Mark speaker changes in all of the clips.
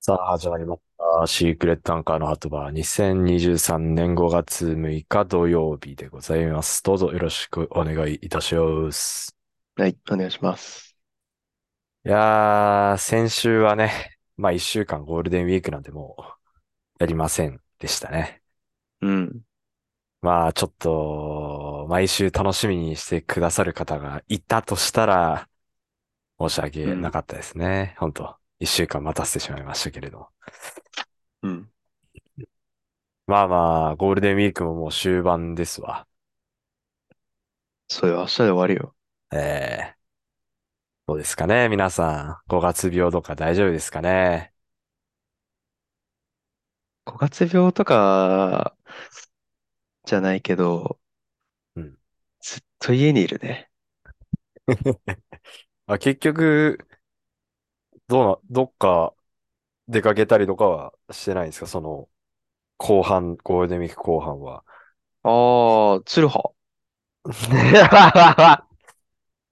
Speaker 1: さあ、始まりました。シークレットアンカーのハトバー2023年5月6日土曜日でございます。どうぞよろしくお願いいたします。
Speaker 2: はい、お願いします。
Speaker 1: いやー、先週はね、まあ一週間ゴールデンウィークなんてもうやりませんでしたね。
Speaker 2: うん。
Speaker 1: まあちょっと、毎週楽しみにしてくださる方がいたとしたら、申し訳なかったですね。本当一週間待たせてしまいましたけれども。
Speaker 2: うん。
Speaker 1: まあまあ、ゴールデンウィークももう終盤ですわ。
Speaker 2: それは明日で終わるよ。
Speaker 1: ええどうですかね、皆さん。5月病とか大丈夫ですかね。
Speaker 2: 5月病とかじゃないけど、
Speaker 1: うん。
Speaker 2: ずっと家にいるね。
Speaker 1: あ、結局、どうな、どっか出かけたりとかはしてないんですかその、後半、ゴールデンウィーク後半は。
Speaker 2: あー、鶴 葉。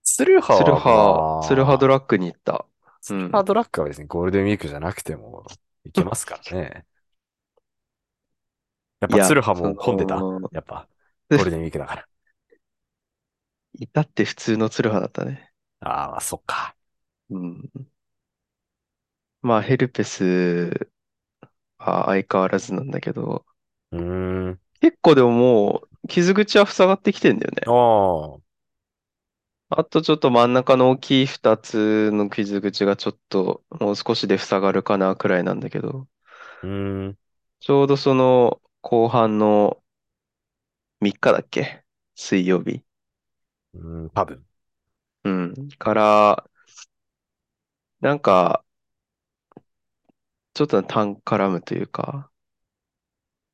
Speaker 1: ツルハ
Speaker 2: 鶴葉、
Speaker 1: は、
Speaker 2: 鶴
Speaker 1: ま
Speaker 2: 葉
Speaker 1: あ
Speaker 2: ドラッグに行った。う
Speaker 1: ツル
Speaker 2: ん。
Speaker 1: ハドラッグは別にゴールデンウィークじゃなくても行けますから ね。やっ
Speaker 2: い
Speaker 1: ぱツ
Speaker 2: や、
Speaker 1: ルハ
Speaker 2: そ
Speaker 1: も混んでた。
Speaker 2: の、
Speaker 1: やっぱ、ゴールデンウィークだ から。
Speaker 2: いたって普通の鶴葉だったね。
Speaker 1: あーまあ、そっか。
Speaker 2: うん。まあ、ヘルペスは相変わらずなんだけど、
Speaker 1: うーん。
Speaker 2: 結構でももう、傷口は塞がってきてんだよね。
Speaker 1: ああ、
Speaker 2: あとちょっと真ん中の大きい二つの傷口がちょっともう少しで塞がるかなくらいなんだけど、
Speaker 1: うーん。
Speaker 2: ちょうどその後半の3日だっけ水曜日。
Speaker 1: うん、多分。
Speaker 2: うん。から、なんか、ちょっとタン絡むというか、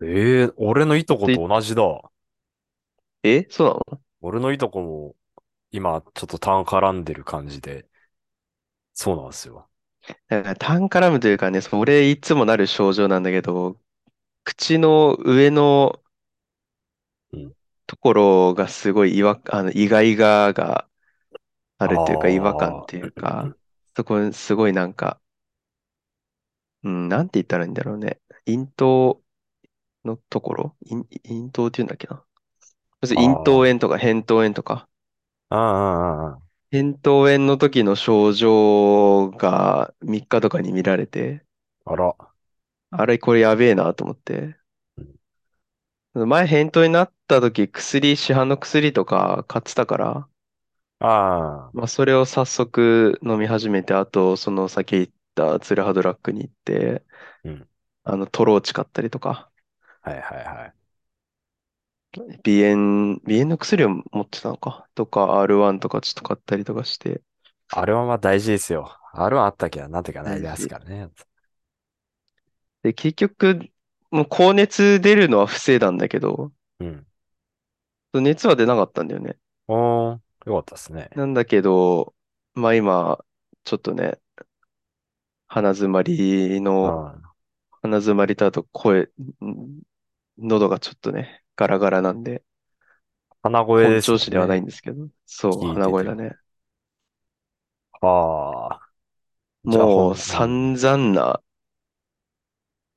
Speaker 1: ええ俺のいとこと
Speaker 2: で
Speaker 1: 同じだ。
Speaker 2: えそうなの
Speaker 1: 俺のいとこも、今、ちょっと痰絡んでる感じで、そうなんですよ。
Speaker 2: なんかタン絡むというかね、それいつもなる症状なんだけど、口の上の
Speaker 1: うん
Speaker 2: ところがすごい違和、あの、イガイガがあるというか、違和感
Speaker 1: あ
Speaker 2: という
Speaker 1: あ、
Speaker 2: か、そこすごいなんか、うん、なんて言ったらいいんだろうね。咽頭のところ咽、咽頭って言うんだっけな。要するに咽頭
Speaker 1: あ
Speaker 2: 炎とか扁桃炎とか、
Speaker 1: あ、ああ、
Speaker 2: 扁桃炎の時の症状が3日とかに見られて、
Speaker 1: あら。
Speaker 2: あれこれやべえなと思って。
Speaker 1: うん
Speaker 2: 前扁桃になった時薬、市販の薬とか買ってたから、
Speaker 1: ああ、
Speaker 2: まあそれを早速飲み始めて、あとその先行ったツルハドラッグに行って、
Speaker 1: うん。
Speaker 2: あのトローチ買ったりとか、
Speaker 1: はいはいはい。
Speaker 2: 鼻炎、鼻炎の薬を持ってたのか、とか R1 とかちょっと買ったりとかして、
Speaker 1: あれはまあ大事ですよ。あれはあったけど、なんていうかない
Speaker 2: 大
Speaker 1: です
Speaker 2: 事。
Speaker 1: からね。
Speaker 2: で、結局、もう高熱出るのは防いだんだけど、
Speaker 1: うん。
Speaker 2: 熱は出なかったんだよね。
Speaker 1: おー、よかったですね。
Speaker 2: なんだけど、まあ今、ちょっとね、鼻づまりの、
Speaker 1: ああ、
Speaker 2: 鼻づまりとあと声、ん喉がちょっとね、ガラガラなんで、
Speaker 1: 鼻声
Speaker 2: 本
Speaker 1: です
Speaker 2: 調
Speaker 1: も
Speaker 2: 子
Speaker 1: ん
Speaker 2: ではない
Speaker 1: ね。
Speaker 2: んですけど、そう、
Speaker 1: 聞い
Speaker 2: 鼻
Speaker 1: て
Speaker 2: 声
Speaker 1: て
Speaker 2: だ
Speaker 1: も。
Speaker 2: ね。
Speaker 1: ああ、じゃあほ、
Speaker 2: もうん
Speaker 1: うん。
Speaker 2: 散々な、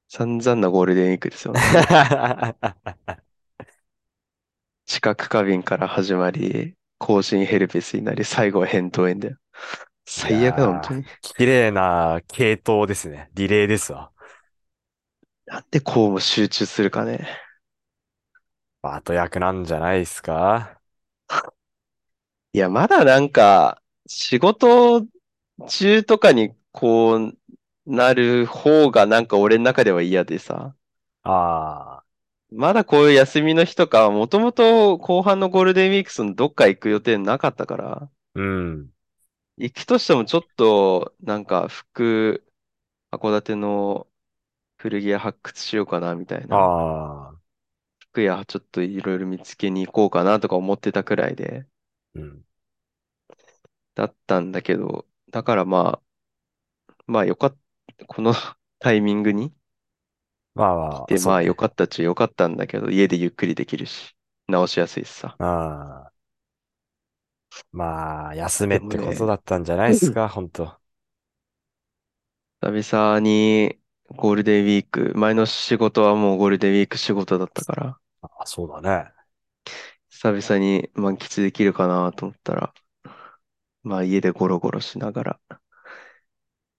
Speaker 2: 散々なゴールデンウィーク ですよ、本当に。知覚過敏から始まり、後進ヘルペスになり、最後は扁桃炎だよ。
Speaker 1: い
Speaker 2: 最悪だ、本
Speaker 1: や
Speaker 2: 当
Speaker 1: ー、
Speaker 2: に。
Speaker 1: 綺麗な系統ですね。リレーですわ。
Speaker 2: なんでこうも集中するかね。
Speaker 1: 後役なんじゃないですか
Speaker 2: いや、まだなんか、仕事中とかにこう、なる方がなんか俺の中では嫌でさ。
Speaker 1: ああ
Speaker 2: まだこういう休みの日とか、もともと後半のゴールデンウィークそのどっか行く予定なかったから、
Speaker 1: ー、うん。
Speaker 2: 行くとしてもちょっと、なんか服、函館の古着屋発掘しようかなみたいな。
Speaker 1: ああ、
Speaker 2: 服屋ちょっといろいろ見つけに行こうかなとか思ってたくらいで、
Speaker 1: うん。
Speaker 2: だったんだけど、だからまあ、まあよかった、この タイミングに
Speaker 1: まあ
Speaker 2: 来
Speaker 1: まあ、
Speaker 2: て、
Speaker 1: そう
Speaker 2: まあよ
Speaker 1: ね。
Speaker 2: かったっちゃよかったんだけど、家でゆっくりできるし、直しやすいしさ。
Speaker 1: ああ、まあ、休めっ
Speaker 2: でも
Speaker 1: てこと
Speaker 2: ね、
Speaker 1: だったんじゃないです
Speaker 2: うん
Speaker 1: か、ほんと。
Speaker 2: 久々にゴールデンウィーク、前の仕事はもうゴールデンウィーク仕事だったから、
Speaker 1: あ、そうだね。
Speaker 2: 久々に満喫できるかなと思ったら、まあ家でゴロゴロしながら、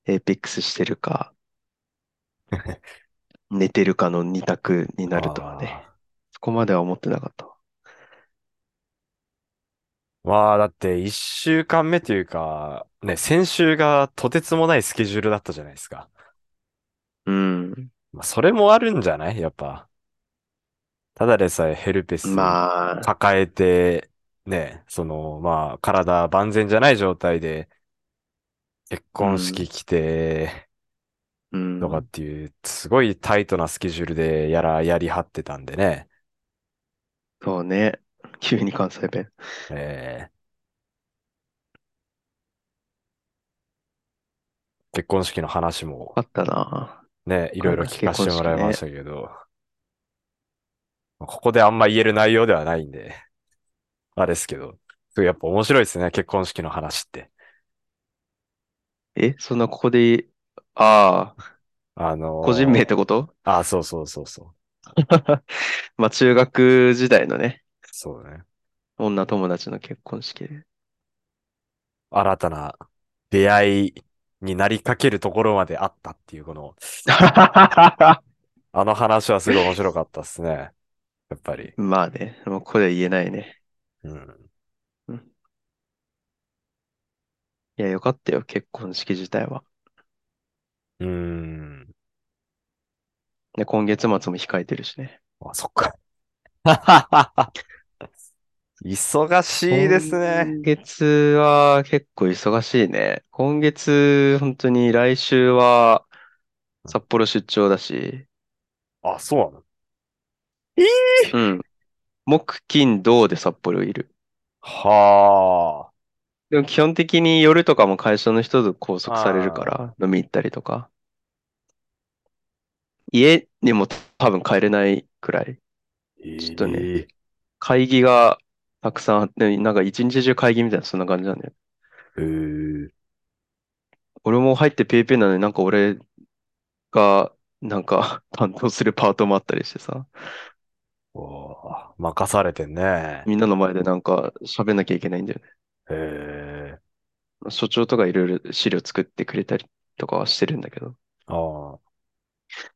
Speaker 2: エイペックスして るか、寝てるかの二択になるとはね、
Speaker 1: あ
Speaker 2: そこまでは思ってなかったわ。
Speaker 1: ーまあ、だって一週間目というか、ね、先週がとてつもないスケジュールだったじゃないですか。
Speaker 2: うん。
Speaker 1: まあ、それもあるんじゃないやっぱ。ただでさえヘルペス
Speaker 2: まあ、
Speaker 1: 抱えて、ね、その、まあ、体万全じゃない状態で、結
Speaker 2: う
Speaker 1: 婚
Speaker 2: ん、
Speaker 1: 式来て、
Speaker 2: う
Speaker 1: とかっ
Speaker 2: ん。
Speaker 1: ていう、すごいタイトなスケジュールでやら、やりはってたんでね。
Speaker 2: そうね。急に関西弁。
Speaker 1: えー結婚式の話も
Speaker 2: あったな。
Speaker 1: ね、い
Speaker 2: こ
Speaker 1: ろ
Speaker 2: の
Speaker 1: いろ
Speaker 2: 間
Speaker 1: 聞
Speaker 2: 結
Speaker 1: かせ
Speaker 2: 婚
Speaker 1: ても
Speaker 2: 式
Speaker 1: らいまし
Speaker 2: ね。
Speaker 1: たけど、まあここであんま言える内容ではないんで、あれですけど、やっぱ面白いですね、結婚式の話って。
Speaker 2: え、そんなここで、ああ、
Speaker 1: あ
Speaker 2: 個人名っ
Speaker 1: の
Speaker 2: てこと
Speaker 1: ーあ、そうそうそうそう。
Speaker 2: まあ中学時代のね、
Speaker 1: そうね。
Speaker 2: 女友達の結婚式で。
Speaker 1: 新たな出会いになりかけるところまであったっていう、こ の、あの話はすごい面白かったですね。やっぱり。
Speaker 2: まあね、もうこれは言えないね。
Speaker 1: うん。
Speaker 2: うん。いや、よかったよ、結婚式自体は。
Speaker 1: うーん。
Speaker 2: ね、今月末も控えてるしね。
Speaker 1: あ、そっか。忙しいですね。
Speaker 2: 今月は結構忙しいね。今月、本当に来週は札幌出張だし、
Speaker 1: あ、そうなのええ
Speaker 2: うん。木、金、土で札幌いる。
Speaker 1: はあ。
Speaker 2: でも基本的に夜とかも会社の人と拘束されるか
Speaker 1: あ
Speaker 2: ら飲み行ったりとか、家にも多分帰れないくらい、
Speaker 1: ー
Speaker 2: ちょっとね、
Speaker 1: ええ
Speaker 2: 会議がたくさんあって、なんか一日中会議みたいな、そんな感じなんだよ。
Speaker 1: へえ
Speaker 2: 俺も入ってペイペイなのになんか俺が、なんか 担当するパートもあったりしてさ、
Speaker 1: おー任されてんね。
Speaker 2: みんなの前でなんか喋んなきゃいけないんだよね。
Speaker 1: へえ
Speaker 2: 所長とかいろいろ資料作ってくれたりとかはしてるんだけど。
Speaker 1: あー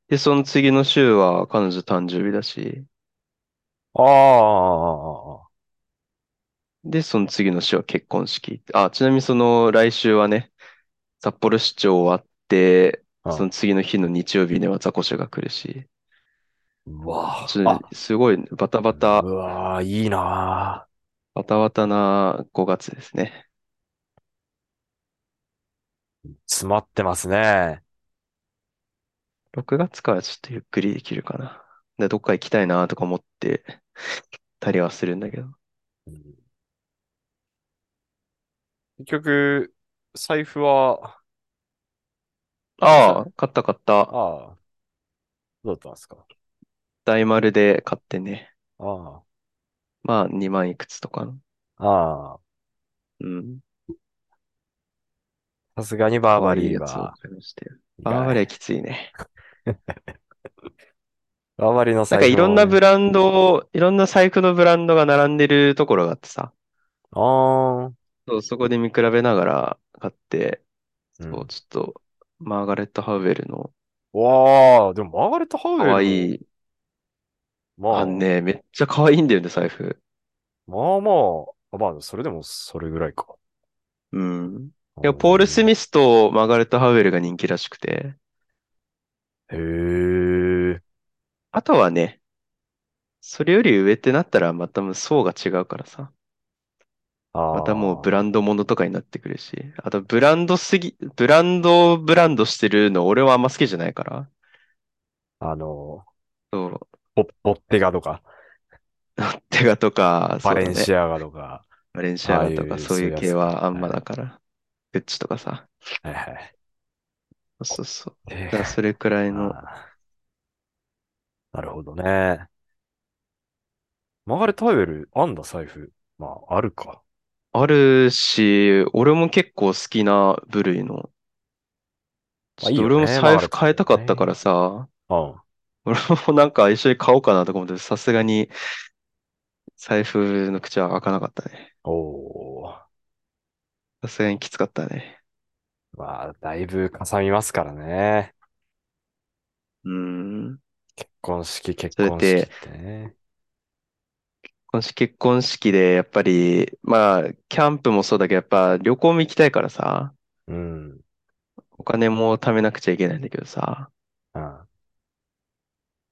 Speaker 2: で、その次の週は彼女誕生日だし、
Speaker 1: あー。ああ。
Speaker 2: で、その次の週は結婚式。あ、ちなみにその来週はね、札幌出張終わって、その
Speaker 1: あ
Speaker 2: 次の日の日曜日にはザコシが来るし、
Speaker 1: うわ
Speaker 2: ち
Speaker 1: あ。
Speaker 2: ょ
Speaker 1: あ、
Speaker 2: すごいねバタバタ、
Speaker 1: うわあ、いいな
Speaker 2: バタバタな5月ですね。
Speaker 1: ー詰まってますね。
Speaker 2: 6月からちょっとゆっくりできるかな。で、どっか行きたいなとか思ってたりはするんだけど。
Speaker 1: うん結局、財布は、
Speaker 2: あ
Speaker 1: さ、
Speaker 2: あ、買った買った。
Speaker 1: ああ、どうだったんですか
Speaker 2: 大丸で買ってね。
Speaker 1: あ
Speaker 2: まあ2万いくつとかの。
Speaker 1: あ、ああ、
Speaker 2: うん。
Speaker 1: さすがにバー
Speaker 2: 可
Speaker 1: バ
Speaker 2: 愛い
Speaker 1: リー
Speaker 2: やつを
Speaker 1: は
Speaker 2: 買いましたよ。
Speaker 1: いか
Speaker 2: バー
Speaker 1: な。
Speaker 2: バリはいきついね。
Speaker 1: バーバリーの
Speaker 2: なんか
Speaker 1: 財
Speaker 2: い
Speaker 1: 布
Speaker 2: ろん
Speaker 1: も
Speaker 2: なブ
Speaker 1: ね。
Speaker 2: ランド、いろんな財布のブランドが並んでるところがあってさ。
Speaker 1: ああ、
Speaker 2: そう、そこで見比べながら買って、
Speaker 1: う
Speaker 2: そう、
Speaker 1: ん。
Speaker 2: ちょっと、マーガレット・ハウェルの
Speaker 1: わあ、でもマーガレット・ハウ
Speaker 2: 可
Speaker 1: エル
Speaker 2: 愛
Speaker 1: も、
Speaker 2: い、
Speaker 1: ま
Speaker 2: あ
Speaker 1: あ、
Speaker 2: のね、めっちゃ可愛いんだよね、財布。
Speaker 1: まあまあ、まあ、それでもそれぐらいか。
Speaker 2: うん。
Speaker 1: う
Speaker 2: いや、ポール・ス
Speaker 1: ん
Speaker 2: ミスとマーガレット・ハウェルが人気らしくて、
Speaker 1: へえ、
Speaker 2: あとはね、それより上ってなったらまたもう層が違うからさ、またもうブ
Speaker 1: あ
Speaker 2: ランドものとかになってくるし、あとブランドすぎ、ブランド、ブランドしてるの俺はあんま好きじゃないから、
Speaker 1: あ、あの、
Speaker 2: そう、
Speaker 1: ボ、ボッテガとか、
Speaker 2: テガとか、
Speaker 1: バ
Speaker 2: そう
Speaker 1: レ
Speaker 2: だ
Speaker 1: ン
Speaker 2: ね、
Speaker 1: シアガとか、
Speaker 2: バレンシ
Speaker 1: あ
Speaker 2: ア
Speaker 1: あ
Speaker 2: ガ
Speaker 1: い
Speaker 2: とか
Speaker 1: う、
Speaker 2: そ
Speaker 1: そ
Speaker 2: う
Speaker 1: う
Speaker 2: い
Speaker 1: いう
Speaker 2: う
Speaker 1: や
Speaker 2: 系
Speaker 1: つか。
Speaker 2: はあん
Speaker 1: は
Speaker 2: まだ
Speaker 1: い
Speaker 2: から、グッチとかさ、
Speaker 1: はいはい。
Speaker 2: そうそう。
Speaker 1: え
Speaker 2: だからそれくらいの、
Speaker 1: ああ、なるほどね。マーガレット・ハウエル、あんだ、財布。まあ、あるか。
Speaker 2: あるし、俺も結構好きな部類の。
Speaker 1: まあ
Speaker 2: ちょっ
Speaker 1: いい
Speaker 2: と
Speaker 1: よね
Speaker 2: 俺も財布変えたかったからさ、
Speaker 1: うん。
Speaker 2: 俺もなんか一緒に買おうかなとか思って、さすがに財布の口は開かなかったね。
Speaker 1: おー。
Speaker 2: さすがにきつかったね。
Speaker 1: まあ、だいぶかさみますからね。
Speaker 2: うーん。
Speaker 1: 結婚式、結
Speaker 2: それ
Speaker 1: 婚
Speaker 2: って
Speaker 1: 式ってね。
Speaker 2: 今週結婚式で、やっぱり、まあ、キャンプもそうだけど、やっぱ旅行も行きたいからさ、
Speaker 1: うん。うん。
Speaker 2: お金も貯めなくちゃいけないんだけどさ、
Speaker 1: あ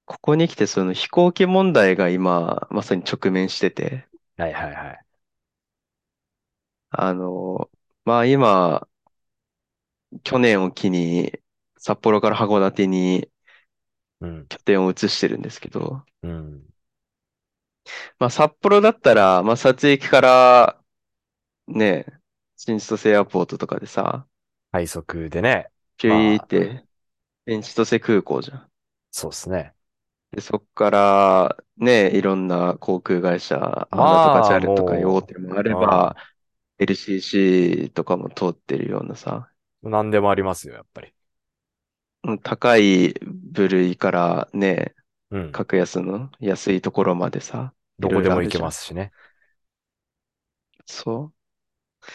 Speaker 2: ここに来てその飛行機問題が今、まさに直面してて、
Speaker 1: はいはいはい。
Speaker 2: あの、まあ今、去年を機に、札幌から函館に
Speaker 1: うん。
Speaker 2: 拠点を移してるんですけど、
Speaker 1: うん。
Speaker 2: まあ札幌だったら、まあ撮影駅から、ね、新千歳エアポートとかでさ、
Speaker 1: 快速でね。
Speaker 2: ピュイーっ
Speaker 1: ま
Speaker 2: て、新千歳空港じゃん。
Speaker 1: そうですね。
Speaker 2: で、そこから、ね、いろんな航空会社、アナとか
Speaker 1: まあ
Speaker 2: JAL とかいう
Speaker 1: もう
Speaker 2: 大手もあれば、LCC とかも通ってるようなさ、
Speaker 1: 何でもありますよ、やっぱり。
Speaker 2: うん高い部類からね、
Speaker 1: うん。
Speaker 2: 格安の安いところまでさ、
Speaker 1: どこでも
Speaker 2: いろいろある
Speaker 1: 行け
Speaker 2: じゃん
Speaker 1: ますしね。
Speaker 2: そう。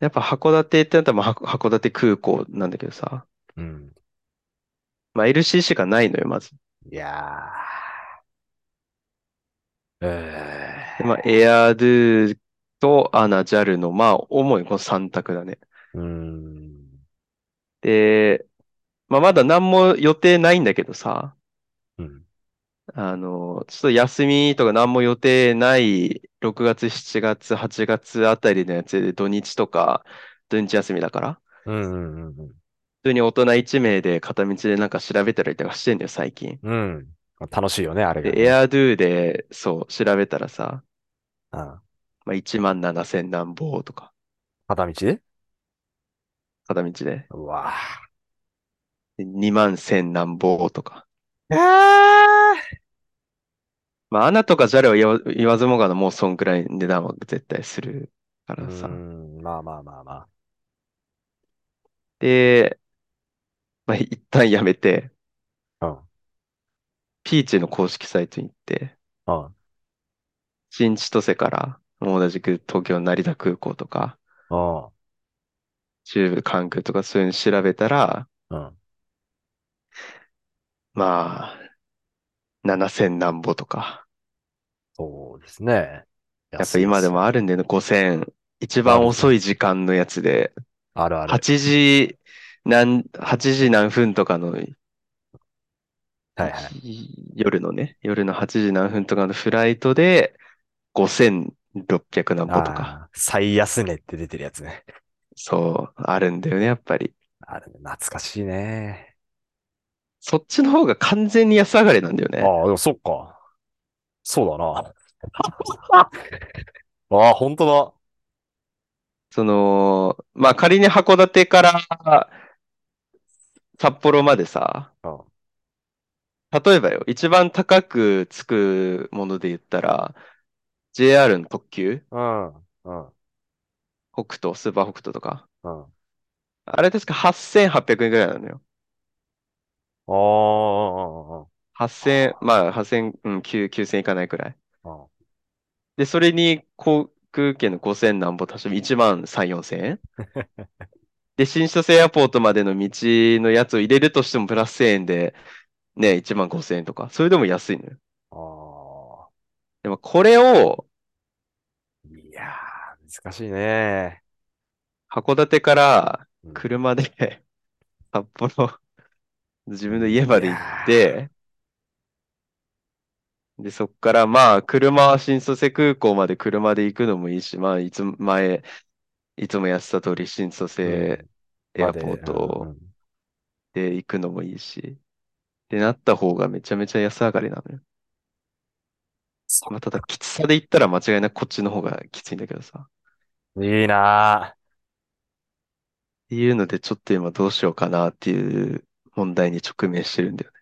Speaker 2: やっぱ函館ってなったらまあは函館空港なんだけどさ、
Speaker 1: うん。
Speaker 2: まあ、LCC がないのよ、まず。
Speaker 1: いやー。え
Speaker 2: でまあ、エアドゥとアナ、JAL の、まあ、主にこの3択だね。
Speaker 1: ー。うーん。
Speaker 2: で、まあ、まだ何も予定ないんだけどさ、
Speaker 1: うん。
Speaker 2: あの、ちょっと休みとか何も予定ない6月、7月、8月あたりのやつで土日とか、土日休みだから、
Speaker 1: うんうんうん
Speaker 2: 普通に大人1名で片道でなんか調べたりとかしてんだよ、最近。
Speaker 1: うん。うん。楽しいよね、あれが
Speaker 2: で、
Speaker 1: ね。
Speaker 2: エアドゥで、そう、調べたらさ、
Speaker 1: うん。
Speaker 2: まあ、1万7000何ぼとか、
Speaker 1: 片道で
Speaker 2: 片道で、
Speaker 1: うわ
Speaker 2: で2万1000何ぼとか。
Speaker 1: ー。え
Speaker 2: まあ、アナとか JAL は言わ言わずもがな、もうそんくらい値段は絶対するか
Speaker 1: う
Speaker 2: らさ。
Speaker 1: ん、まあまあまあまあ。
Speaker 2: で、まあ、一旦やめて、
Speaker 1: うん。
Speaker 2: ピーチの公式サイトに行って、
Speaker 1: うん。
Speaker 2: 新千歳から、同じく東京の成田空港とか、
Speaker 1: うん。
Speaker 2: 中部関空とかそういうの調べたら、
Speaker 1: うん。
Speaker 2: まあ、7000何ぼとか。
Speaker 1: そうですね。
Speaker 2: やっぱ今でもあ
Speaker 1: る。
Speaker 2: るんだよね、5000。一番遅い時間のやつで、
Speaker 1: あるある。
Speaker 2: 8時何、8時何分とかの、
Speaker 1: はいはい。
Speaker 2: 夜のね、夜の8時何分とかのフライトで、5600何ぼと
Speaker 1: あ
Speaker 2: か。
Speaker 1: ー最安値って出てるやつね。
Speaker 2: そう、あるんだよね、やっぱり。
Speaker 1: あれ、懐かしいね。
Speaker 2: そっちの方が完全に安上がりなんだよ
Speaker 1: ああ、
Speaker 2: ね
Speaker 1: で。もそっか。そうだな。 ああ、本当
Speaker 2: その、まあ、仮に函館から札幌までさ、
Speaker 1: だ。うん。
Speaker 2: 例えばよ、一番高くつくもので言ったら、JR の特急、
Speaker 1: うん。うん。
Speaker 2: 北斗、スーパー北斗とか。
Speaker 1: うん。
Speaker 2: あれ確か8800円ぐらいなのよ。
Speaker 1: ああ、
Speaker 2: 8000、まあ、8000、うん、9、9000いかないくらい。
Speaker 1: うん。
Speaker 2: で、それに航空券の5000何本足して1万3、4000円で、新千歳エアポートまでの道のやつを入れるとしてもプラス1000円で、ね、1万5000円とか。それでも安いのよ。
Speaker 1: ああ。
Speaker 2: でもこれを
Speaker 1: いやー、難しいね。
Speaker 2: 函館から
Speaker 1: うん
Speaker 2: 車で 札幌、自分の家まで行って、で、そっからまあ、車は新千歳空港まで車で行くのもいいし、まあ、いつも前、いつもやってた通り新千歳エアポー
Speaker 1: ま
Speaker 2: ト
Speaker 1: で
Speaker 2: で行くのもいいし、でなった方がめちゃめちゃ安上がりなのよ。まあ、ただ、きつさで言ったら間違いなくこっちの方がきついんだけどさ。
Speaker 1: うんうんいいな
Speaker 2: っていうので、ちょっと今どうしようかなっていう問題に直面してるんだよね。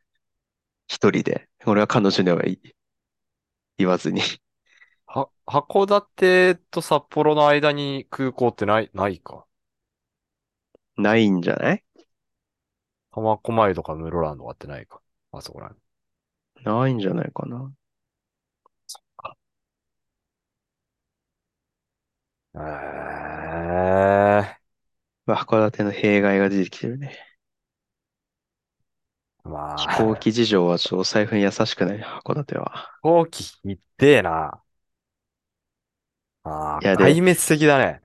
Speaker 2: 一人で。俺は彼女には言い言わずに。
Speaker 1: ー。は、函館と札幌の間に空港ってない、ないか。
Speaker 2: ないんじゃない
Speaker 1: 苫小牧とか室蘭とかってないか。あそこら辺。
Speaker 2: ないんじゃないかな。
Speaker 1: ええ
Speaker 2: まあ函館の弊害が出てきてるね。
Speaker 1: まあ、
Speaker 2: 飛行機事情はちょっとお財布に優しくないね、函館は。
Speaker 1: 飛行機ひってえな。ああ、
Speaker 2: いやで
Speaker 1: 壊滅的だね。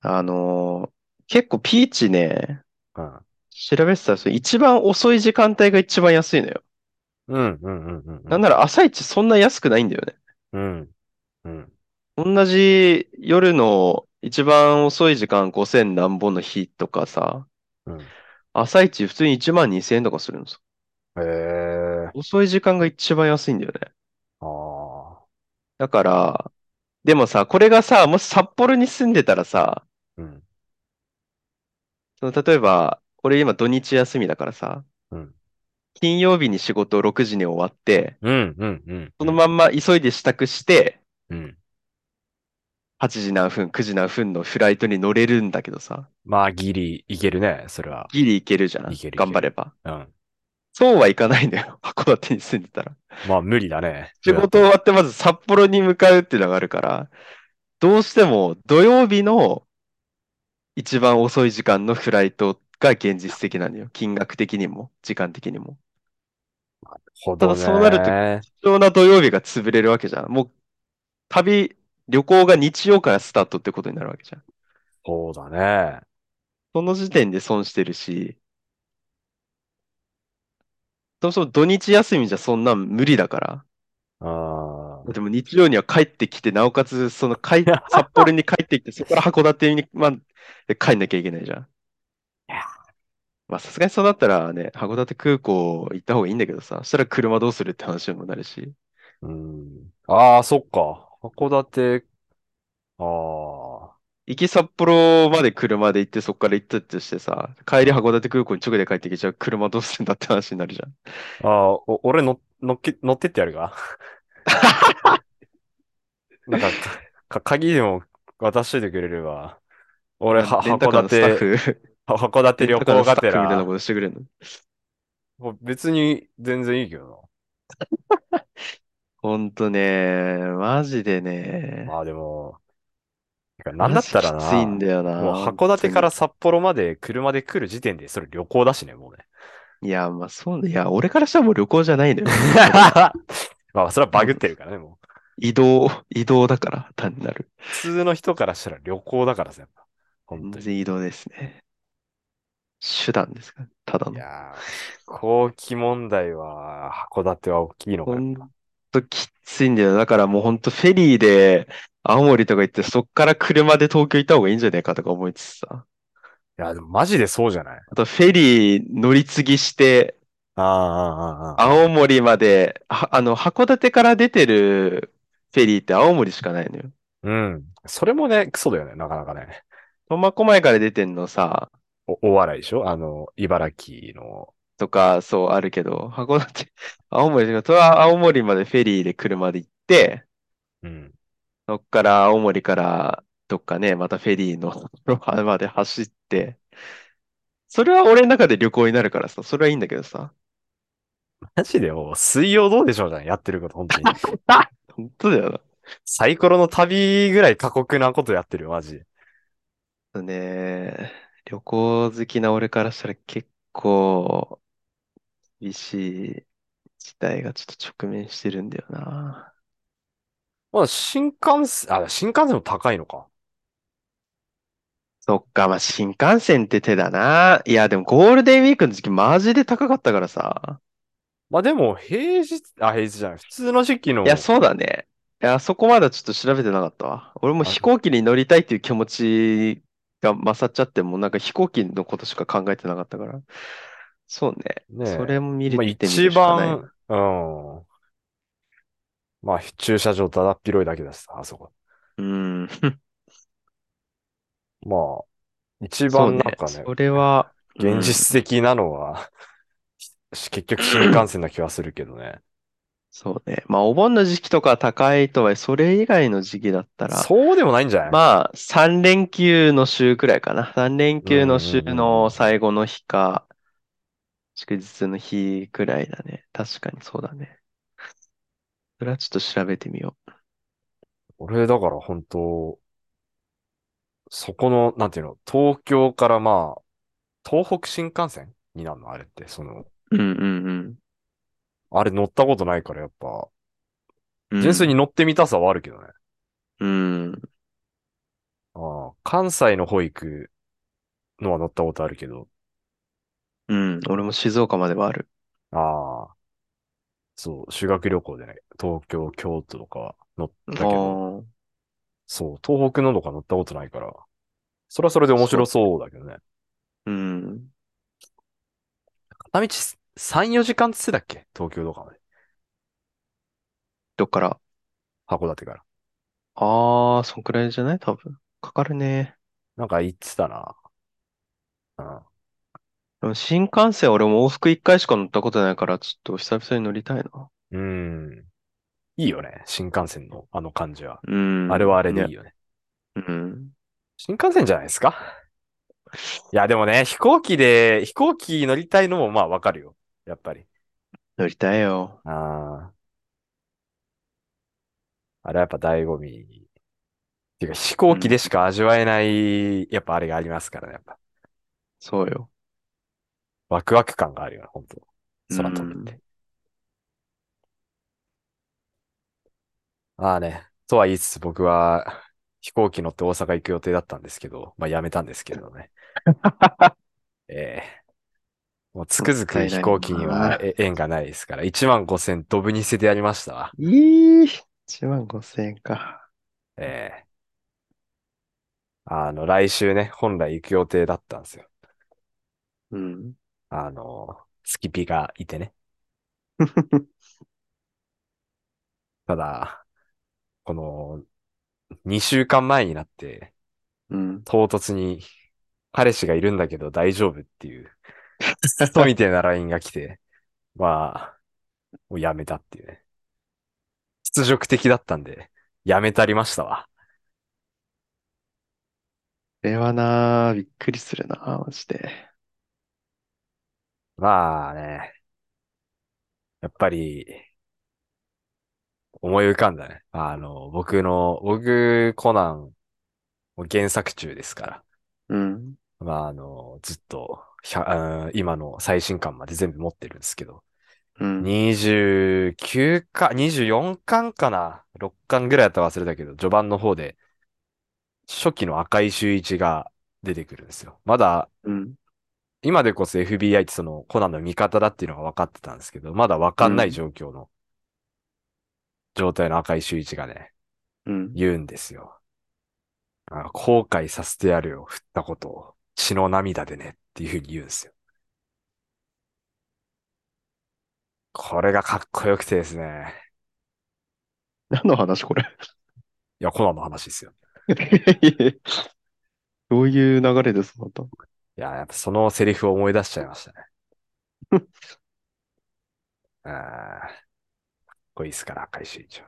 Speaker 2: あのー結構ピーチね、
Speaker 1: うん。
Speaker 2: 調べてたらその一番遅い時間帯が一番安いのよ。
Speaker 1: うん、うん、うん、うん。
Speaker 2: なんなら朝一そんな安くないんだよね。
Speaker 1: うん。うん。
Speaker 2: 同じ夜の一番遅い時間5000何本の日とかさ、
Speaker 1: うん。
Speaker 2: 朝一普通に1万2000円とかするのさ。
Speaker 1: ええ
Speaker 2: 遅い時間が一番安いんだよね。
Speaker 1: ああ。
Speaker 2: だから、でもさ、これがさ、もし札幌に住んでたらさ、
Speaker 1: うん。
Speaker 2: その例えば、俺今土日休みだからさ
Speaker 1: うん、
Speaker 2: 金曜日に仕事を6時に終わって、
Speaker 1: うん、うん、うん。
Speaker 2: そのまんま急いで支度して、
Speaker 1: うん。
Speaker 2: 8時何分、9時何分のフライトに乗れるんだけどさ、
Speaker 1: まあ、ギリいけるね、それは。
Speaker 2: ギリ行けるじゃん。
Speaker 1: いけるいける
Speaker 2: 頑張れば。
Speaker 1: うん。
Speaker 2: そうはいかないんだよ。 函館に住んでたら。
Speaker 1: まあ、無理だね。
Speaker 2: 仕事終わってまず札幌に向かうっていうのがあるから、どうしても土曜日の一番遅い時間のフライトが現実的なんだよ。金額的にも、時間的にも。
Speaker 1: ほ
Speaker 2: た
Speaker 1: ど
Speaker 2: だそうなると
Speaker 1: ね。
Speaker 2: 貴重な土曜日が潰れるわけじゃん。もう、旅、旅行が日曜からスタートってことになるわけじゃん。
Speaker 1: そうだね。
Speaker 2: その時点で損してるし、そもそも土日休みじゃそんなん無理だから。
Speaker 1: あ
Speaker 2: でも日曜には帰ってきて、なおかつ、その帰、札幌に帰ってきて、そこから函館に、まあ、で帰んなきゃいけないじゃん
Speaker 1: や。
Speaker 2: まあ、さすがにそうなったらね、函館空港行った方がいいんだけどさ、そしたら車どうするって話にもなるし。
Speaker 1: あ。うん。ああ、そっか。函館。ああ。
Speaker 2: 行き札幌まで車で行って、そこから行ったとしてさ、帰り函館空港に直で帰ってきちゃう車どうするんだって話になるじゃ
Speaker 1: あ
Speaker 2: ん。
Speaker 1: あ、お、俺乗っ、乗っけ、乗ってってやるか なんか、か、鍵でも渡しといてくれれば。俺、は、
Speaker 2: レンタカーのスタッ
Speaker 1: 函館、
Speaker 2: フ、
Speaker 1: 函館
Speaker 2: レ
Speaker 1: 旅
Speaker 2: ンタカー
Speaker 1: 行
Speaker 2: の
Speaker 1: が
Speaker 2: スタ
Speaker 1: て
Speaker 2: ッフみたい
Speaker 1: ら
Speaker 2: なこ。としてくれるの。
Speaker 1: もう別に全然いいけど
Speaker 2: ほんとね、マジでね
Speaker 1: な。、まあでも、てかなんだったら
Speaker 2: マジきついん
Speaker 1: な、
Speaker 2: だよな、
Speaker 1: もう函館
Speaker 2: 本当に
Speaker 1: から札幌まで車で来る時点でそれ旅行だしね、もう ね。
Speaker 2: いや、まあそうね。いや、俺からしたらもう旅行じ ゃないのよ。
Speaker 1: まあそれはバグってるからね、もう。
Speaker 2: 移動、移動だから、単なる。
Speaker 1: 普通の人からしたら旅行だからさ、やっぱ。本
Speaker 2: 全
Speaker 1: 当に。
Speaker 2: 然移動ですね。手段ですかただ
Speaker 1: い
Speaker 2: の。
Speaker 1: やー、飛行機問題は函館は大きいのか
Speaker 2: ほ
Speaker 1: やっ
Speaker 2: ん
Speaker 1: ぱ
Speaker 2: ときついんだよ。だからもうほんとフェリーで青森とか行って、そっから車で東京行った方がいいんじゃねえかとか思いつつさ。
Speaker 1: いや、でもマジでそうじゃない
Speaker 2: あとフェリー乗り継ぎして、
Speaker 1: ああ、ああ、ああ。
Speaker 2: 青森まで、はあの、函館から出てるフェリーって青森しかないのよ。
Speaker 1: うん。それもね、クソだよね、なかなかね。
Speaker 2: 苫小牧から出てんのさ、
Speaker 1: お、お笑いでしょあの、茨城の。
Speaker 2: とか、そうあるけど、函館、 青森とか、青森までフェリーで車で行って、
Speaker 1: うん。
Speaker 2: そっから青森からどっかね、またフェリーのところまで走って、それは俺の中で旅行になるからさ、それはいいんだけどさ、
Speaker 1: マジでもう、水曜どうでしょうじゃん、やってること、本 当に。
Speaker 2: 本当だよ
Speaker 1: サイコロの旅ぐらい過酷なことやってるよ、マジで。
Speaker 2: な。ね、旅行好きな俺からしたら結構、厳しい事態がちょっと直面してるんだよな。
Speaker 1: まあ、新幹線、あ、新幹線も高いのか。
Speaker 2: そっか、まあ、新幹線って手だな。いや、でもゴールデンウィークの時期マジで高かったからさ。
Speaker 1: まあでも、平日、あ、平日じゃない、普通の時期の、
Speaker 2: いや、そうだね。いや、そこまだちょっと調べてなかったわ。俺も飛行機に乗りたいっていう気持ちが勝っちゃって、もうなんか飛行機のことしか考えてなかったから。そうね。
Speaker 1: ねえ
Speaker 2: それも見れ
Speaker 1: まあ
Speaker 2: てみ
Speaker 1: 一
Speaker 2: るしかない。
Speaker 1: 番、うん。まあ、駐車場だだっ広いだけだしさ、あそこ。
Speaker 2: うん。
Speaker 1: まあ、一
Speaker 2: そう
Speaker 1: 番
Speaker 2: ね
Speaker 1: なんかね、
Speaker 2: それは、
Speaker 1: 現実的なのは、し結局新幹線な気はするけどね。
Speaker 2: そうね。まあ、お盆の時期とか高いとはいえ、それ以外の時期だったら、
Speaker 1: そうでもないんじゃない
Speaker 2: まあ、3連休の週くらいかな。3連休の週
Speaker 1: うんうんうんう
Speaker 2: の
Speaker 1: ん
Speaker 2: 最後の日か、祝日の日くらいだね。確かにそうだね。それはちょっと調べてみよう。
Speaker 1: 俺、だから本当、そこの、なんていうの、東京からまあ、東北新幹線になるのあれって、その、
Speaker 2: うんうん
Speaker 1: あれ乗ったことないからやっぱ、
Speaker 2: うん。
Speaker 1: 純粋に乗ってみたさはあるけどね。
Speaker 2: うん。うん。
Speaker 1: ああ、関西の方行くのは乗ったことあるけど、
Speaker 2: うん。俺も静岡まではある。
Speaker 1: ああ、そう、修学旅行でね、東京、京都とかは乗ったけ
Speaker 2: あ
Speaker 1: ど、
Speaker 2: ー
Speaker 1: そう、東北のとか乗ったことないから、それはそれで面白そうだけどね。
Speaker 2: うん。
Speaker 1: 片道3、4時間っつってたっけ東京とかまで。
Speaker 2: どっから
Speaker 1: 函館から。
Speaker 2: ああ、そんくらいじゃない多分。かかるね。
Speaker 1: なんか言ってたな。うん。
Speaker 2: でも新幹線俺も往復1回しか乗ったことないから、ちょっと久々に乗りたいな。
Speaker 1: うん。いいよね。新幹線のあの感じは。
Speaker 2: うん。
Speaker 1: あれはあれでいい
Speaker 2: ね。
Speaker 1: よね。
Speaker 2: うん。
Speaker 1: 新幹線じゃないですかいや、でもね、飛行機で、飛行機乗りたいのもまあわかるよ。やっぱり。
Speaker 2: 乗りたいよ。
Speaker 1: ああ。あれはやっぱ醍醐味。っていうか、飛行機でしか味わえない、やっぱあれがありますからね。やっぱ、
Speaker 2: そうよ。
Speaker 1: ワクワク感があるよね、本当空飛ぶっ
Speaker 2: う
Speaker 1: て。ああね。とは言いつつ、僕は飛行機乗って大阪行く予定だったんですけど、まあやめたんですけどね。ええもうつくづく飛行機に
Speaker 2: も
Speaker 1: は
Speaker 2: った
Speaker 1: え縁がないですから、1万5千ドブに捨ててやりましたわ。
Speaker 2: いい。1万5000円か。
Speaker 1: ええあの、来週ね、本来行く予定だったんですよ。
Speaker 2: うん。
Speaker 1: あの、スキピがいてね。ただ、この、2週間前になって、
Speaker 2: うん。
Speaker 1: 唐突に、彼氏がいるんだけど大丈夫っていう、クソみてえな LINE が来て、まあ、もうやめたっていうね。屈辱的だったんで、やめたりましたわ。
Speaker 2: これはな、びっくりするな、マジで。
Speaker 1: まあね、やっぱり、思い浮かんだね。あの、僕の、僕、コナン、原作中ですから。
Speaker 2: うん。
Speaker 1: まあ、あの、ずっと、ひゃうん今の最新巻まで全部持ってるんですけど、
Speaker 2: うん。
Speaker 1: 29巻、24巻かな ?6 巻ぐらいだったら忘れたけど、序盤の方で、初期の赤井秀一が出てくるんですよ。まだ、
Speaker 2: うん。
Speaker 1: 今でこそ FBI ってそのコナンの味方だっていうのが分かってたんですけど、まだ分かんない状況の状態の赤井秀一がね、
Speaker 2: うん。
Speaker 1: 言うんですよ。あ後悔させてやるよ、振ったことを。血の涙でね、っていうふうに言うんですよ。これがかっこよくてですね。
Speaker 2: 何の話これ
Speaker 1: いや、コナンの話ですよ。
Speaker 2: どういう流れでそうなった
Speaker 1: いや、やっぱそのセリフを思い出しちゃいましたね。 あーかっこいいっすから、赤石一応。い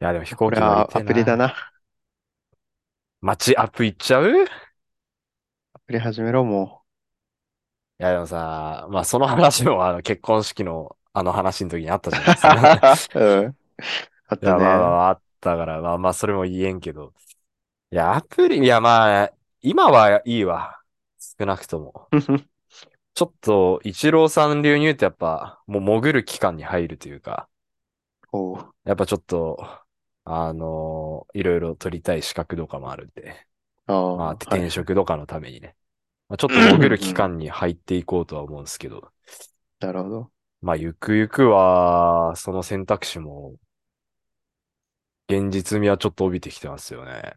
Speaker 1: や、でも飛行
Speaker 2: こ
Speaker 1: 機
Speaker 2: れ
Speaker 1: 乗り
Speaker 2: は
Speaker 1: て
Speaker 2: ア
Speaker 1: え
Speaker 2: プリだ
Speaker 1: な。
Speaker 2: な。
Speaker 1: 街アップ行っちゃうい
Speaker 2: アプリ始めろ、 も。
Speaker 1: や、でもさ、まあその話もあの結婚式のあの話の時にあったじゃないうです か。
Speaker 2: うん。あっ
Speaker 1: いや、まあ
Speaker 2: たね
Speaker 1: まあまああったから、まあまあ、それも言えんけど。いや、アプリ、いや、まあ、今はいいわ。少なくとも。ちょっと、一郎さん流入ってやっぱ、もう潜る期間に入るというか、
Speaker 2: おう
Speaker 1: やっぱちょっと、あのいろいろ取りたい資格とかもあるんで、
Speaker 2: ああ、
Speaker 1: まあ、
Speaker 2: はい
Speaker 1: 転職とかのためにね、まあ、 ちょっと潜る期間に入っていこうとは思うんですけど、
Speaker 2: なるほど。
Speaker 1: まあ、ゆくゆくは、その選択肢も、現実味はちょっと帯びてきてますよね。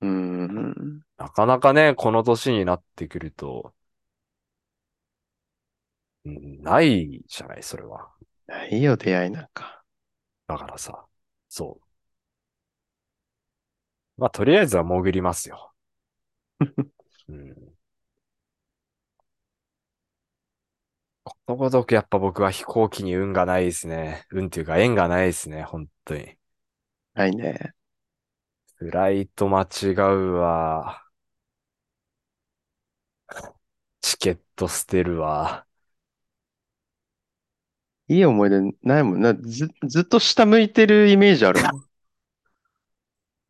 Speaker 2: うーん。
Speaker 1: なかなかね、この年になってくると、うんないじゃない、それは。
Speaker 2: ないよ、出会いなんか。
Speaker 1: だからさ、そう。まあ、とりあえずは潜りますよ。うん。ことごとくやっぱ僕は飛行機に運がないですね。運っていうか縁がないですね、本当に。
Speaker 2: ないね。
Speaker 1: フライト間違うわ。チケット捨てるわ。
Speaker 2: いい思い出ないもんな。ず、ずっと下向いてるイメージあ るもん。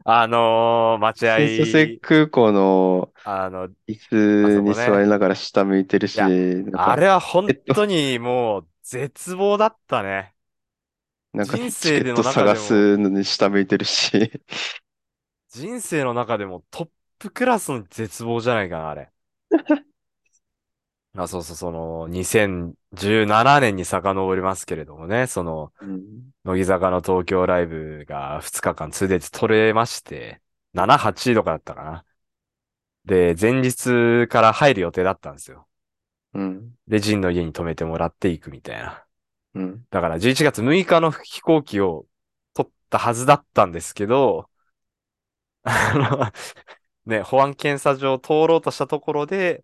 Speaker 1: あのー、待合、
Speaker 2: 新千歳空港の
Speaker 1: あの、
Speaker 2: 椅子に
Speaker 1: あそこね
Speaker 2: 座りながら下向いてるし、
Speaker 1: いや
Speaker 2: なんか、
Speaker 1: あれは本当にもう絶望だったね。
Speaker 2: なんか
Speaker 1: 人
Speaker 2: チ
Speaker 1: 生
Speaker 2: ケ
Speaker 1: で
Speaker 2: ッ
Speaker 1: の
Speaker 2: ト
Speaker 1: 中でも
Speaker 2: 探すのに下向いてるし。
Speaker 1: 人生の中でもトップクラスの絶望じゃないかな、あれ。あ、そうそう、その、2017年に遡りますけれどもね、その、乃木坂の東京ライブが2日間 2days 取れまして、7、8とかだったかな。で、前日から入る予定だったんですよ。
Speaker 2: うん。
Speaker 1: で、ジンの家に泊めてもらっていくみたいな。
Speaker 2: うん。
Speaker 1: だから11月6日の飛行機を取ったはずだったんですけど、あの、ね、保安検査場を通ろうとしたところで、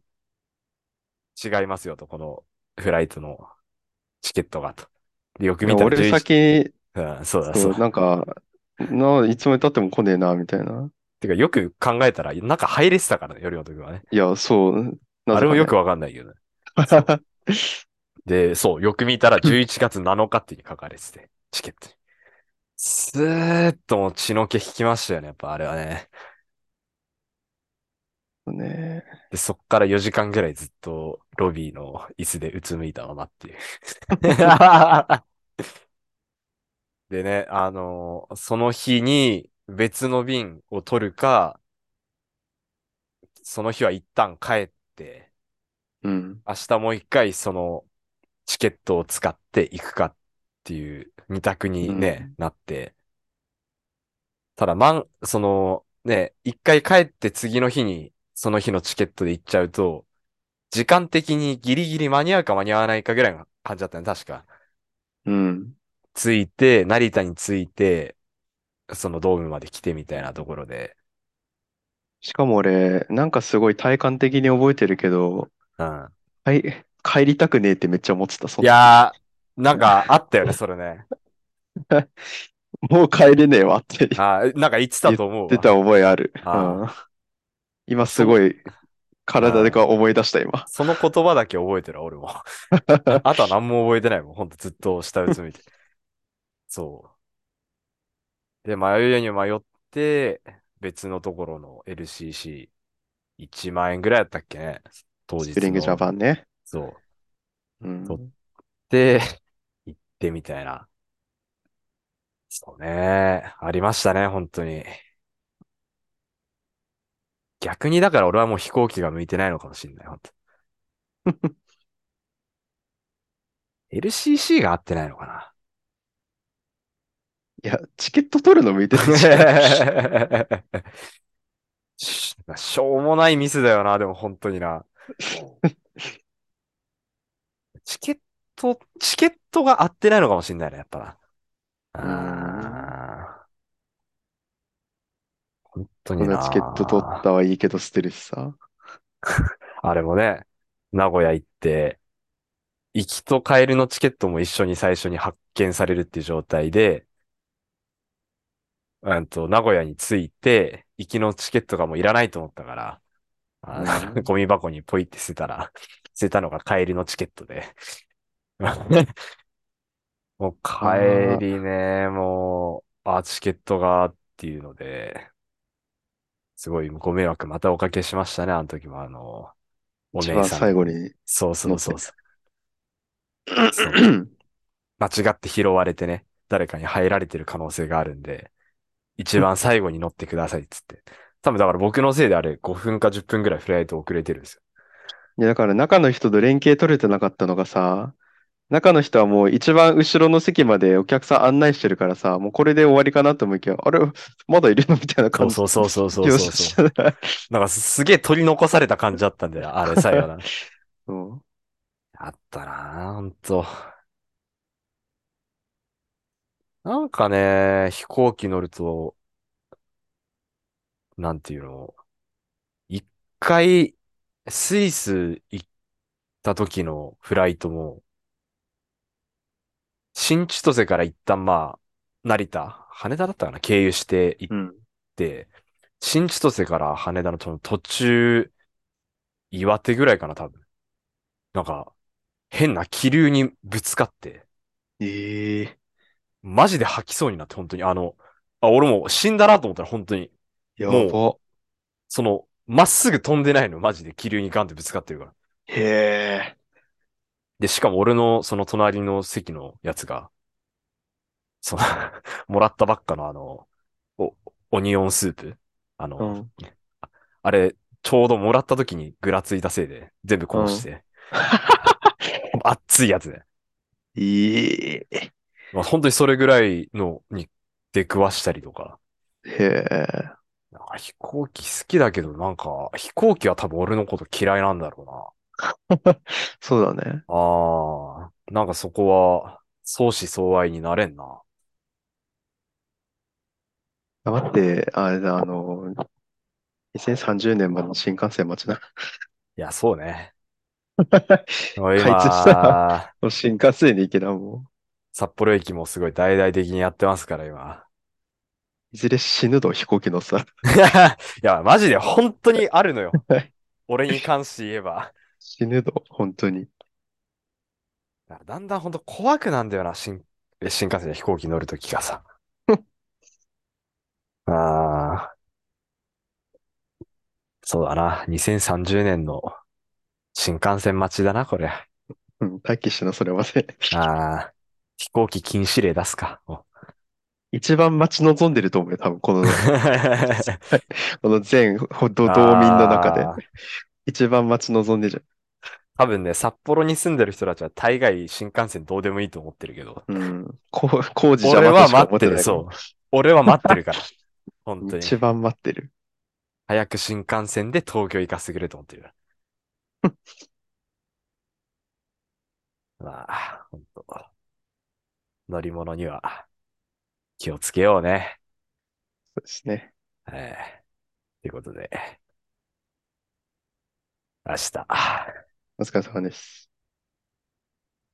Speaker 1: 違いますよと、このフライトのチケットがと。でよく見たら
Speaker 2: 俺
Speaker 1: 11
Speaker 2: 先、
Speaker 1: うん、そうだ、
Speaker 2: そ
Speaker 1: そう
Speaker 2: う、なんか、な、いつまで経っても来ねえな、みたいな。
Speaker 1: てか、よく考えたら、中入れてたからね、夜の時はね。
Speaker 2: いや、そう、な
Speaker 1: あ
Speaker 2: ぜ
Speaker 1: れもよ
Speaker 2: か
Speaker 1: くわかんないけどね。
Speaker 2: ね。
Speaker 1: で、そう、よく見 たら11月7日っていうふうに書かれてて、チケットに。スーッともう血の気引きましたよね、やっぱあれはね。
Speaker 2: ね。
Speaker 1: で、そっから4時間ぐらいずっとロビーの椅子でうつむいたままっていう。 でね、あのーその日に別の便を取るか、その日は一旦帰って、
Speaker 2: うん。
Speaker 1: 明日もう一回そのチケットを使っていくかっていう二択にね、
Speaker 2: うん
Speaker 1: なって。ただ、まん、そのね、一回帰って次の日にその日のチケットで行っちゃうと、時間的にギリギリ間に合うか間に合わないかぐらいの感じだったね、確か。
Speaker 2: うん。
Speaker 1: 着いて、成田に着いて、そのドームまで来てみたいなところで。
Speaker 2: しかも俺、なんかすごい体感的に覚えてるけど、
Speaker 1: うん。
Speaker 2: はい、帰りたくねえってめっちゃ思ってた、そ
Speaker 1: いやー、なんかあったよね、それね。
Speaker 2: ー、もう帰れねえわって言っ
Speaker 1: あー、なんか言ってたと思うわ。
Speaker 2: てた覚えある。
Speaker 1: あ
Speaker 2: うん。今すごい、体でか思い出した、今。
Speaker 1: その言葉だけ覚えてるわ、俺 も。あとは何も覚えてないもん。ほんとずっと下うつむいて。そう。で、迷いに迷って、別のところの LCC1 万円ぐらいだったっけね。当日
Speaker 2: スプリングジャパ
Speaker 1: ン。
Speaker 2: ンね。
Speaker 1: そう。
Speaker 2: うん。
Speaker 1: そうで、行ってみたいな。そうね。ありましたね、本当に。逆にだから俺はもう飛行機が向いてないのかもしれない、本当。LCC が合ってないのかな。
Speaker 2: いや、チケット取るの向いてるし。
Speaker 1: し しょうもないミスだよな、でも本当に な。チケット、チケットが合ってないのかもしれないね、やっぱな。あー本当に
Speaker 2: こん
Speaker 1: な。
Speaker 2: なチケット取ったはいいけど捨てるしさ。
Speaker 1: あれもね、名古屋行って、行きと帰りのチケットも一緒に最初に発見されるっていう状態で、うんと、名古屋に着いて、行きのチケットがもういらないと思ったから、あ
Speaker 2: うん
Speaker 1: の ゴミ箱にポイって捨てたら、捨てたのが帰りのチケットで。 もう帰りね、もう、あ、チケットがっていうので、すごいご迷惑またおかけしましたね、あの時もあの、お
Speaker 2: 一
Speaker 1: 姉
Speaker 2: 番
Speaker 1: さん
Speaker 2: 最後に。
Speaker 1: そうそうそうそう。そう間違って拾われてね、誰かに入られてる可能性があるんで、一番最後に乗ってくださいっつって。多分だから僕のせいであれ5分か10分ぐらいフライト遅れてるんですよ。
Speaker 2: いや、だから中の人と連携取れてなかったのがさ、中の人はもう一番後ろの席までお客さん案内してるからさ、もうこれで終わりかなと思いきや、あれ、まだいるのみたいな感じ。
Speaker 1: そうそうそうそう そうそう
Speaker 2: 利用者してない
Speaker 1: なんかすすげえ取り残された感じだったん だよ、あれ最後な。
Speaker 2: そう
Speaker 1: あったなぁ、ほんと。なんかね、飛行機乗ると、なんていうの、一回、スイス行った時のフライトも、新千歳から一旦まあ、成田、羽田だったかな、経由して行っ
Speaker 2: うん。
Speaker 1: って、新千歳から羽田のその途中、岩手ぐらいかな、多分。なんか、変な気流にぶつかって、
Speaker 2: ええ
Speaker 1: マジで吐きそうになって、本当に、あの、あ、俺もう死んだなと思ったら本当に、
Speaker 2: やば
Speaker 1: も。その、まっすぐ飛んでないの、マジで気流にガンってぶつかってるから。
Speaker 2: へえ。
Speaker 1: で、しかも俺のその隣の席のやつが、その、 もらったばっかのあの、お、オニオンスープあの、
Speaker 2: うん。
Speaker 1: あれ、ちょうどもらった時にぐらついたせいで、全部こぼして。 熱いやつで。
Speaker 2: ええ。
Speaker 1: まあ、本当にそれぐらいのに出くわしたりとか。
Speaker 2: へえ。
Speaker 1: なんか飛行機好きだけど、なんか飛行機は多分俺のこと嫌いなんだろうな。
Speaker 2: そうだね。
Speaker 1: ああ、なんかそこは相思相愛になれんな。
Speaker 2: あ待って、あれだ、あの、2030年までの新幹線待ちな。
Speaker 1: いや、そうね。今、
Speaker 2: 開通したもう新幹線で行けな、も
Speaker 1: 札幌駅もすごい大々的にやってますから、今。
Speaker 2: う。いずれ死ぬぞ、飛行機のさ。
Speaker 1: いや、マジで本当にあるのよ
Speaker 2: はい。
Speaker 1: 俺に関して言えば。
Speaker 2: 死ぬぞ、本当に。
Speaker 1: だんだん本当怖くなんだよな、新、新幹線や飛行機乗るときが さ。ああ。そうだな。2030年の新幹線待ちだな、これ。あ
Speaker 2: うん、待機してな、それまで。
Speaker 1: あ。飛行機禁止令出すか。もう
Speaker 2: 一番待ち望んでると思うよ、多分、この、 この全、ほど、道民の中で
Speaker 1: あー。
Speaker 2: 一番待ち望んでる
Speaker 1: 多分ね、札幌に住んでる人たちは大概新幹線どうでもいいと思ってるけど。
Speaker 2: じゃん。うん。こう、工事邪
Speaker 1: 俺
Speaker 2: 魔
Speaker 1: は
Speaker 2: としか
Speaker 1: 待
Speaker 2: 思
Speaker 1: っ
Speaker 2: っててな
Speaker 1: る、
Speaker 2: い
Speaker 1: そう。俺は待ってる から。本当に。
Speaker 2: 一番待ってる。
Speaker 1: 早く新幹線で東京行かせてくれと思ってる。 まあ、本当乗り物には気をつけようね。
Speaker 2: そうですね。
Speaker 1: ええということで、明日。
Speaker 2: お疲れ様です。